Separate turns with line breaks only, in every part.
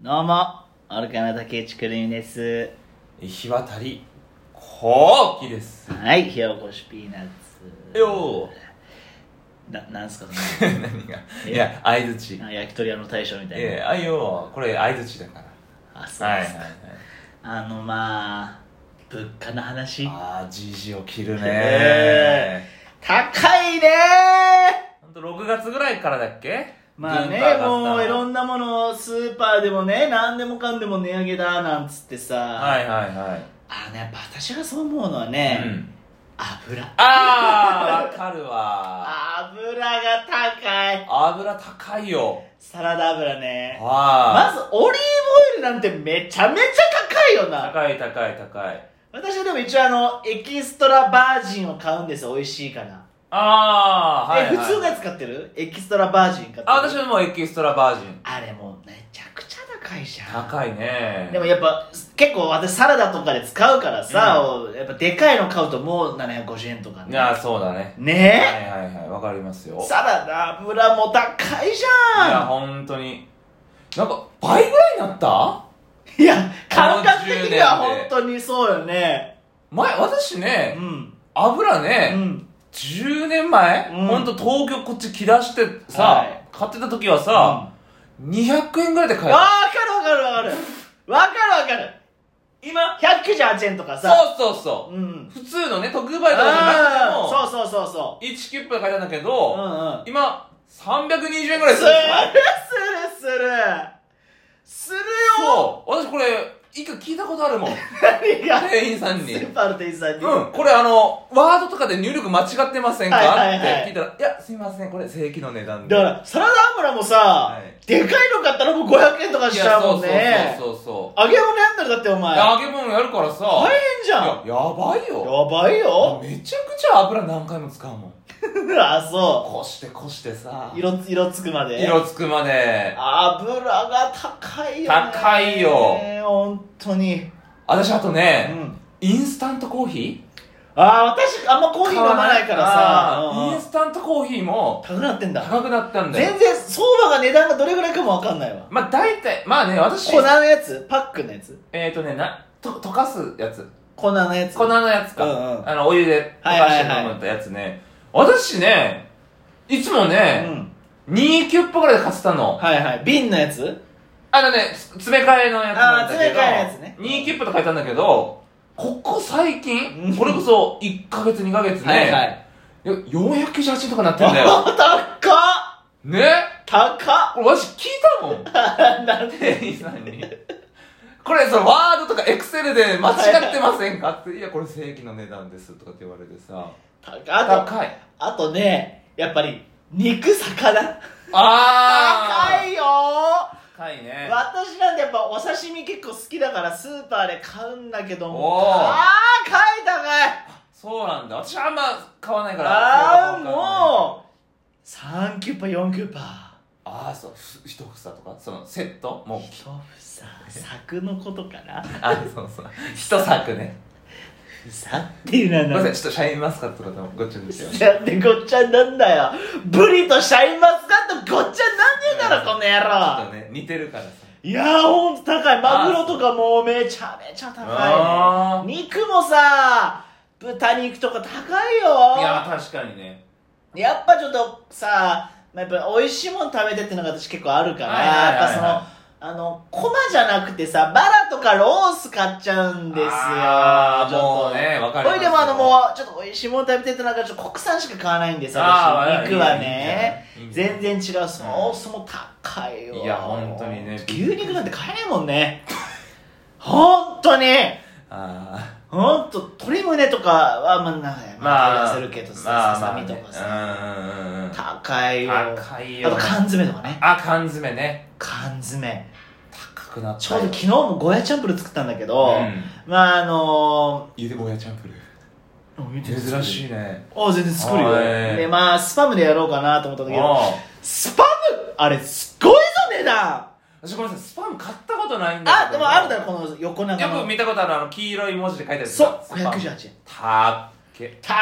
どうも、愚かな竹内くるみです。
日渡り後期です
はい、ひよこしピーナッツ。
よ
な、なんすか、
ー
そ
何がいや相づちい
の焼き鳥屋の大将みたいな。
やあいよこれ相づちだか
あ、そ
ら
う
は
で
いはい
す
は
か。
い
あの、まあ、物価の話。
あーじいじを切る
ね
ね
高いね
ほんと6月ぐらいからだっけ
まあね、もういろ
なん
なもの、スーパーでもね、何でもかんでも値上げだ、なんつってさ。
はいはいはい
あのね、やっぱ私がそう思うのはね、
うん
油。
ああわかるわ
油が高い。
油高いよ
サラダ油ね。ま
あ
ずオリーブオイルなんてめちゃめちゃ高いよ
あ
な
高い高い高い
私はでも一応あのエキストラバージンを買うんですよ美味しいから、
ああはい、はい、
え普通のやつ買ってるエキストラバージン買ってる
あ私はもうエキストラバージン
あれもうめちゃくちゃ高いじゃん
高いね
でもやっぱ結構私サラダとかで使うからさ、やっぱでかいの買うともう750円とか
い
ね
やーそうだね
ね
はいはいはいわかりますよ
えサラダ油も高いじ
い
ゃ
や
ん
本当になんか倍ぐらいになった
いや感覚的には
この10
本
年で
当にそうよね
前私
う
ね
ん
油
う
ね、
ん
10年前、
うん
ほんと東京こっち来だしてさ、
はい
買ってた時はさ、200円ぐらいで買え
あ
た
あ、わかるわかるわかる。わかるわかる。
今
198円とか
そ
さ。。
うそうそう
ん。
う普通のね特売とかじゃなくて
あ
も
あ、そうそうそうそ
1キュップで買えたんだけ
う。うん
ど、
うん。
今320円ぐらい
す
す
る
る
するする。するよ
そう私これ一回聞いたことあ るもん
何が。
店員さん
ス
に
ーパーの店員さんに。
うん、これあの、ワードとかで入力間違ってませんか、
はいはいはい
って聞いたら、いや、すいません、これ正規の値段で。
だから、サラダ油もさ、
い
でかいの買ったらもう500円とかし
い
ち
や
ゃう
そ
も
うん
ね。
そうそうそうそ
揚げ物やんだろ、だってお
う。
前。
いや揚げ物やるからさ、
大変じ
い
ゃ
や
ん。
やばいよ。
やばいよ。
めちゃくちゃ油何回も使うもん。
あ、そ
こしてこしてさ
う。、色、色つくまで。
色つくまで。
油が高いよね
高いよ
本当に、
私あと
う
ね、
ん、
インスタントコーヒ
ああ私あんまコ
ー
ーヒー飲まないからさ
あ
うん
ーインスタントコーヒーも
高くなってんだ
高くなったんだよ。
全然相場が値段がどれぐらいかも分かんないわ
まあ大体、まあね、私、
粉のやつパックのやつ
えっ、ー、とね、な、と、溶かすやつ。
粉のやつ
粉のやつか、
うんうん
あのお湯で溶かして飲むってやつね、私ねいつも
う
ね、
ん
2キュッパぐらいで買ってたの
はいはい瓶のやつ
あのねつ詰め替えのやつなんだけど
あー詰め替えのやつね
2キュッパと書いたんだけどここ最
う
近
ん
これこそ1ヶ月2ヶ月ね、
はいはい
いや498円とかなってんだ よ
あ高っ
ね
高
これ私聞いたもん
っなんで
店員さんにこれそのワードとかエクセルで間違ってませんかって「いやこれ正規の値段です」とかって言われてさ
高っあと
高い
あとねやっぱり肉魚高
あー
いよー
高いね
私なんてやっぱお刺身結構好きだからスーパーで買うんだけども
おー
あー買いたかい
そうなんだ私あんま買わないから
あー
そういうのわ
もう3キュッパ4キュッパ
かんないああそうふ一房とかそのセットもう
一房柵のことかな
あそうそう一作ね
房っていうのは
ごめんなさ
ない
ちょっとシャインマスカットとかとごっちゃにしてよ
だってごっちゃになんだよブリとシャインマスカットごっちゃになんねえだろこの野
ちょっ
郎
とね似てるからさ
いやーほんと高いマグロとかもうめちゃめちゃ高いね肉もさ豚肉とか高いよ
いや確かにね
やっぱちょっとさ、まあ、やっぱ美味しいもの食べてっていうのが私結構あるから、
はいはいはいはい
やっぱその、あの、コマじゃなくてさ、バラとかロース買っちゃうんですよ。
あー
ちょっと
もうねわか
こ
りますよ
れでもあのもう、ちょっと美味しいもの食べてってなんかちょっと国産しか買わないんですよ、
あー
私。肉はね。
いいねいいね
全然違う。ソースも高いよ。
いや本当にね
牛肉なんて買えないもんね。本当に。
あ
ほんと、鶏胸とかは、まあ、なんか
あ
ま
ま
あ、
あ
せるけどさ、
まあ
さ
ま
さ
あ
み
ね
とかさ。
うんうんうんうん
高いよ
高いよ
あと缶詰とかね
あ缶詰ね
缶詰
高くなった
ちょうど
よ
昨日もゴーヤチャンプルー作ったんだけど、
うん
まああの
ゆでぼやチャンプル
ー、
珍し
い
いね
あ全然作るよ
はい
でまあスパムでやろうかなと思ったんだけど
ああ
スパムあれすっごいぞ値段
私ごめんなさいスパム買ったことないんだ
あで
けど
もあるだろこの横長
よく
の
見たことあるあの黄色い文字で書いてある
そう
スパム
518円
たっけ
たっ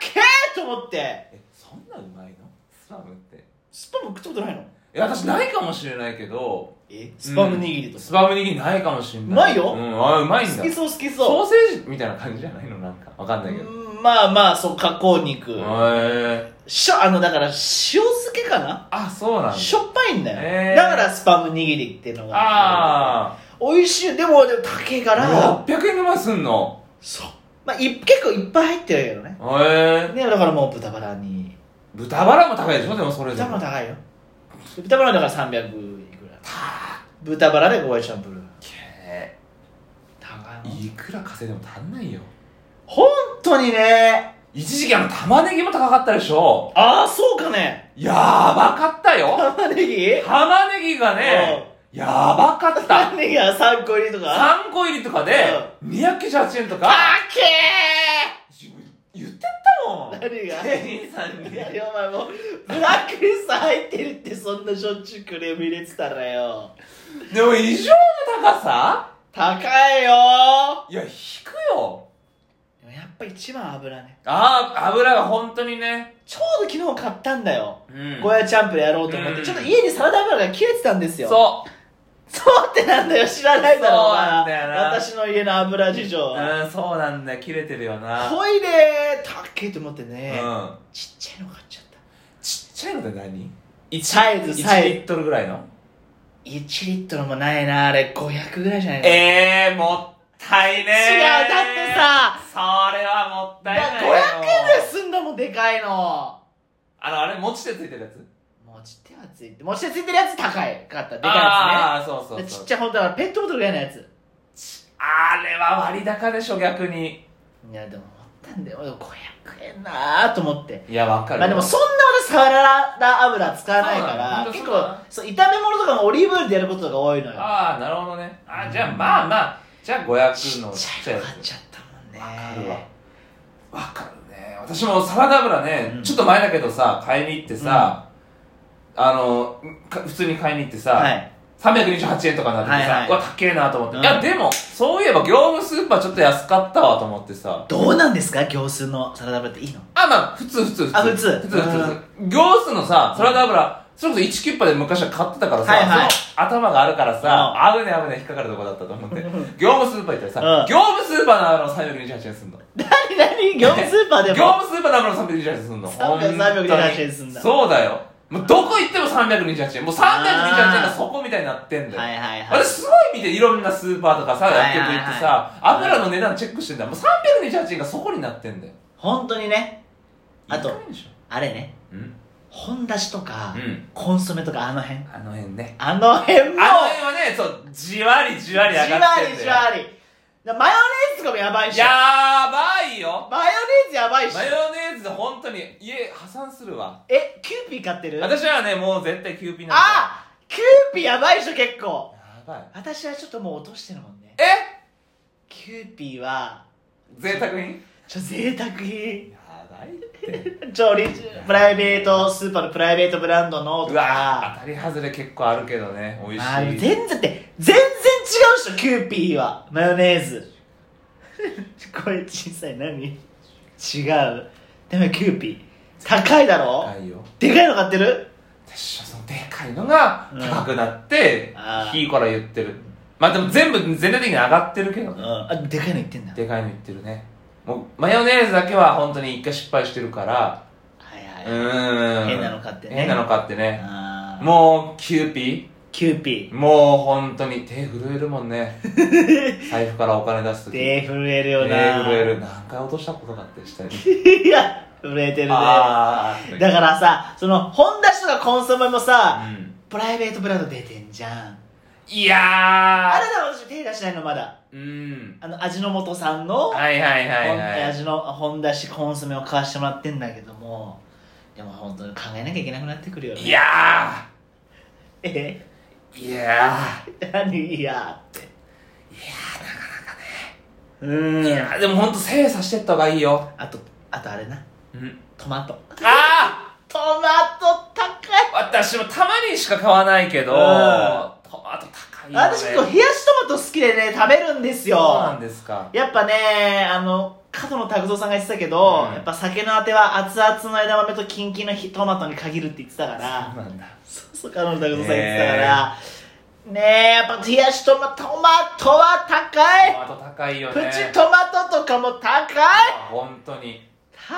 けーと思って
えそんなうまいのスパムって
スパム食ったことないの
いや私ないかもしれないけど
えスパム握りと
ス
か、
パム握りないかもしんな
うまい
い。
よ
うん、あうまいんだ。
好きそう好き
ソ
そ
ーセージみたいな感じじゃないのなんか。わかん
う
ないけど。へ
うんまあまあそう加工肉
え。
しょあのだから塩漬けかな
あ、そうなんだ。
しょっぱいんだよ、
へー
だからスパム握りっていうのが
あ
美味しいでもでも高いから
あ。600円ぐらいすんの
そう、まあ、い結構いっぱい入ってるけどね
へえ。
ねだからもう豚バラに
豚バラも高いでしょでもそれで
豚
も。
も高いよ豚バラだから300いくら豚バラでゴーヤチャンプルー
へ
高い
え
の
いくら稼いでも足んないよ。
本当にね
一時期あの玉ねぎも高かったでしょ
ああそうかね
やばかったよ
玉ねぎ
玉ねぎがね、やばかった
玉ねぎが3個入りとか
3個入りとかで、298円とか、
け
言ってたもん
何が
店員さんに。
いやいやお前もうブラックリスト入ってるってそんなしょっちゅうクレーム入れてたらよ
でも異常の高さ
高いよ
いや、引くよ。
でもやっぱ一番油ね
ああ、油が本当にね。
ちょうど昨日買ったんだよ
うん
ゴーヤチャンプルーやろうと思って、
うん
ちょっと家にサラダ油が切れてたんですよ
そう。
そうってなんだよ知らないだろ
そうなんだよな
お前私の家の油事情は
うん、そうなんだよ。切れてるよな。
トイレたっけと思ってね、
うん。
ちっちゃいの買っちゃった
ちっちゃいので何 ?1
サイズサイズ
リットルぐらいの
1リットルもないなあれ500ぐらいじゃないの
ええー、もった
違
いね
うだってさ
さそれはもったいない
500
よ
円ぐらいすんだもんでかいの
あのあれ持ち手ついてるやつ
持ち手はついて持ち手ついてるやつ高いかったでかいや
ああーそう
つ
そう
ね
そう
でちっちゃい本当だからペットボトルぐらいのやつ
あれは割高でしょ逆に
いやでも思ったんだよでも500円なあと思って
いやわかる
まあでもそんな私サラダ油使わないか
そうなの
ら
本当
結
そうだ
構
な
そう炒め物とかもオリーブオイルでやることが多いのよ
ああなるほどねあじゃあまあまあじゃあ500のち
ち
っ
っ
ち
ち
ゃ
ゃ
い
い
や
の買っ
つ
ちゃったもんね
わかるわわかるね私もサラダ油ね、
うん
ちょっと前だけどさ買いに行ってさ、あのか普通に買いに行ってさ、
はい
328円とかになっててさ、
はいはいう
わ高えなと思って、
うん
いやでもそういえば業務スーパーちょっと安かったわと思ってさ
どうなんですか業数のサラダ油ってい いの
あまあ普通普通普通
あ普通
普通普通業スのさサラダ油、それこそ1キュッパで昔は買ってたからさ、
はいはい
その頭があるからさ、危ね危ね引っかかるとこだったと思って業務スーパー行ったらさ、
うん
業務スーパーのあの328円すんの
何何業務スーパーで
業
も
務スーパーのあの328円すんの
300 328円すんだ
そうだよもうどこ行っても328円もう328円がそこみたいになってんだよ
はいはいは
あ
い
れすごい見ていろんなスーパーとかさ
はいはい
薬局行ってさ油の値段チェックしてんだもう328円がそこになってんだよ
本当にねあと
いかないでしょ
あれね
うん
本だしとか、
うん
コンソメとかあの辺
あの辺ね
あの辺
あ
も
の辺はねそうじわりじわり
じ
上が
わ
ってんだ
り
よ
じわりだマヨネーズとかもやばいし
やばいよ
マヨネーズやばいし
マヨネーズで本当に家破産するわ
えキューピー買ってる
私はねもう絶対キューピーなんだ
あキューピーやばいっしょ結構
やばい
私はちょっともう落としてるもんね
え
キューピーは
贅沢品
ちょ贅沢品
やばいって
ちょリプライベートスーパーのプライベートブランドのと
う
か
わ当たり外れ結構あるけどね美味
あの
しい
全然って全然違うっしょキューピーはマヨネー ズ声小さい何違うでもキューピー高いだろ
高いよ
でかいの買ってる
私はそのでかいのが高くなって
うんあ、ー
いいから言ってる。まあでも全部全体的に上がってるけど
うん
ね。
あでかいの言ってんだ
でかいの言ってるね。もうマヨネーズだけは本当に一回失敗してるから、
はいは
う
い、
ーん。
変なの買ってね
変なの買ってね。
あー
もうキューピ
キューピ
ーもう本当に手震えるも んね。財布からお金出す
ー
とき。
手震えるよ
手
な
震える。何回落としたことかってしたり。
いや震えてるねだ
あー。
からさその本出しとかコンソメもさ、
うん
プライベートブランド出てんじゃん
いや
あれだ私手出してないのまだ
ー。うん。
あの味の素さんの
はいはいはいはい。
味の本だしコンソメを買わしてもらってんだけどもでも本当に考えなきゃいけなくなってくるよね
いや
え
ー。いや ー。
何いやっていやなかなかねう
い
ーん
やでもほんと精査してった方がいいよ。
あとあとあれな
うん。
トマト
ああ
トマト高い
私もたまにしか買わないけど、
うん
トマト高いよ、ね。
私結構冷やしトマト好きでね食べるんです
そうな
よ
んですか。
やっぱねあの角野拓三さんが言ってたけど、
うん
やっぱ酒のあては熱々の枝豆とキンキンのひトマトに限るって言ってたか
そう
ら
なんだ。
そうそう角野拓三さん言ってたから、ねえやっぱ冷やしトマトトマトは高い
あと高いよ
プ
ね
チトマトとかも高い
あ本当に
高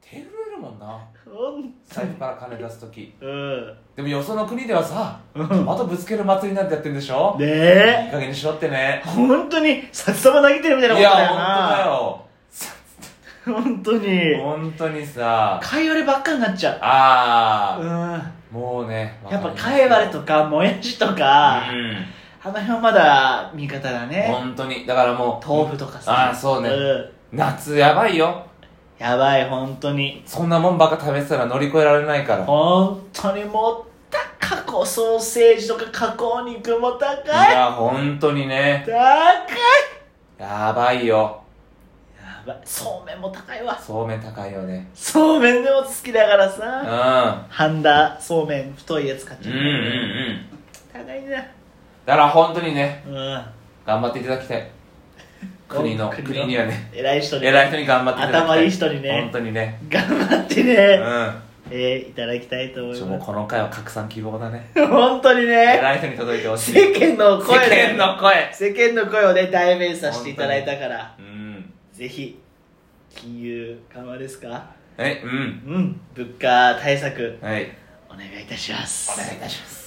手震えるもんない
ほん
財布から金出す時
うん
でもよその国ではさ
うん
またぶつける祭りなんてやってんでしょ、
ね
いい
え
加減にしろってね
本当に札束投げてるみたい
い
な
や
ことだよな
本
本当
当だよ
に
本当にさ
かいわればっかになっちゃうう
あ
ん
あもうね
やっぱかいわれとかもやしとか、
うん
あの辺はまだ味方だね
本当にだからもう
豆腐とかさ
あーそうね
ん
夏やばいよ
やばい本当に
そんなもんばっか食べてたら乗り越えられないから
本当にもった加工ソーセージとか加工肉も高
い
い
や本当にね
高いや
やばいよ
ばいそうめんも高いわ
そうめん高いよね
そうめんでも好きだから
う
さ
ん
ハンダそうめん太いやつ買っ
う
ち
ん
ゃっ
うん
た
うん
高いね
だから本当にね
うん
頑張っていただきたい国の
国
国
の
にはね
偉い人に
偉い人に頑張っていただきたい
頭いい人にね
本当にね
頑張って
う
ね、
ん
えーいただきたいと思
ち
い
ょもう
ま
この回は拡散希望だね
す本当にね
偉い人に届いてほしい
世間の声ね
世間の声
世間の声をね代弁させていただいたから
うん
ぜひ金融緩和ですか
はいうん
うん物価対策
はい
お願いいたします
お願いいたします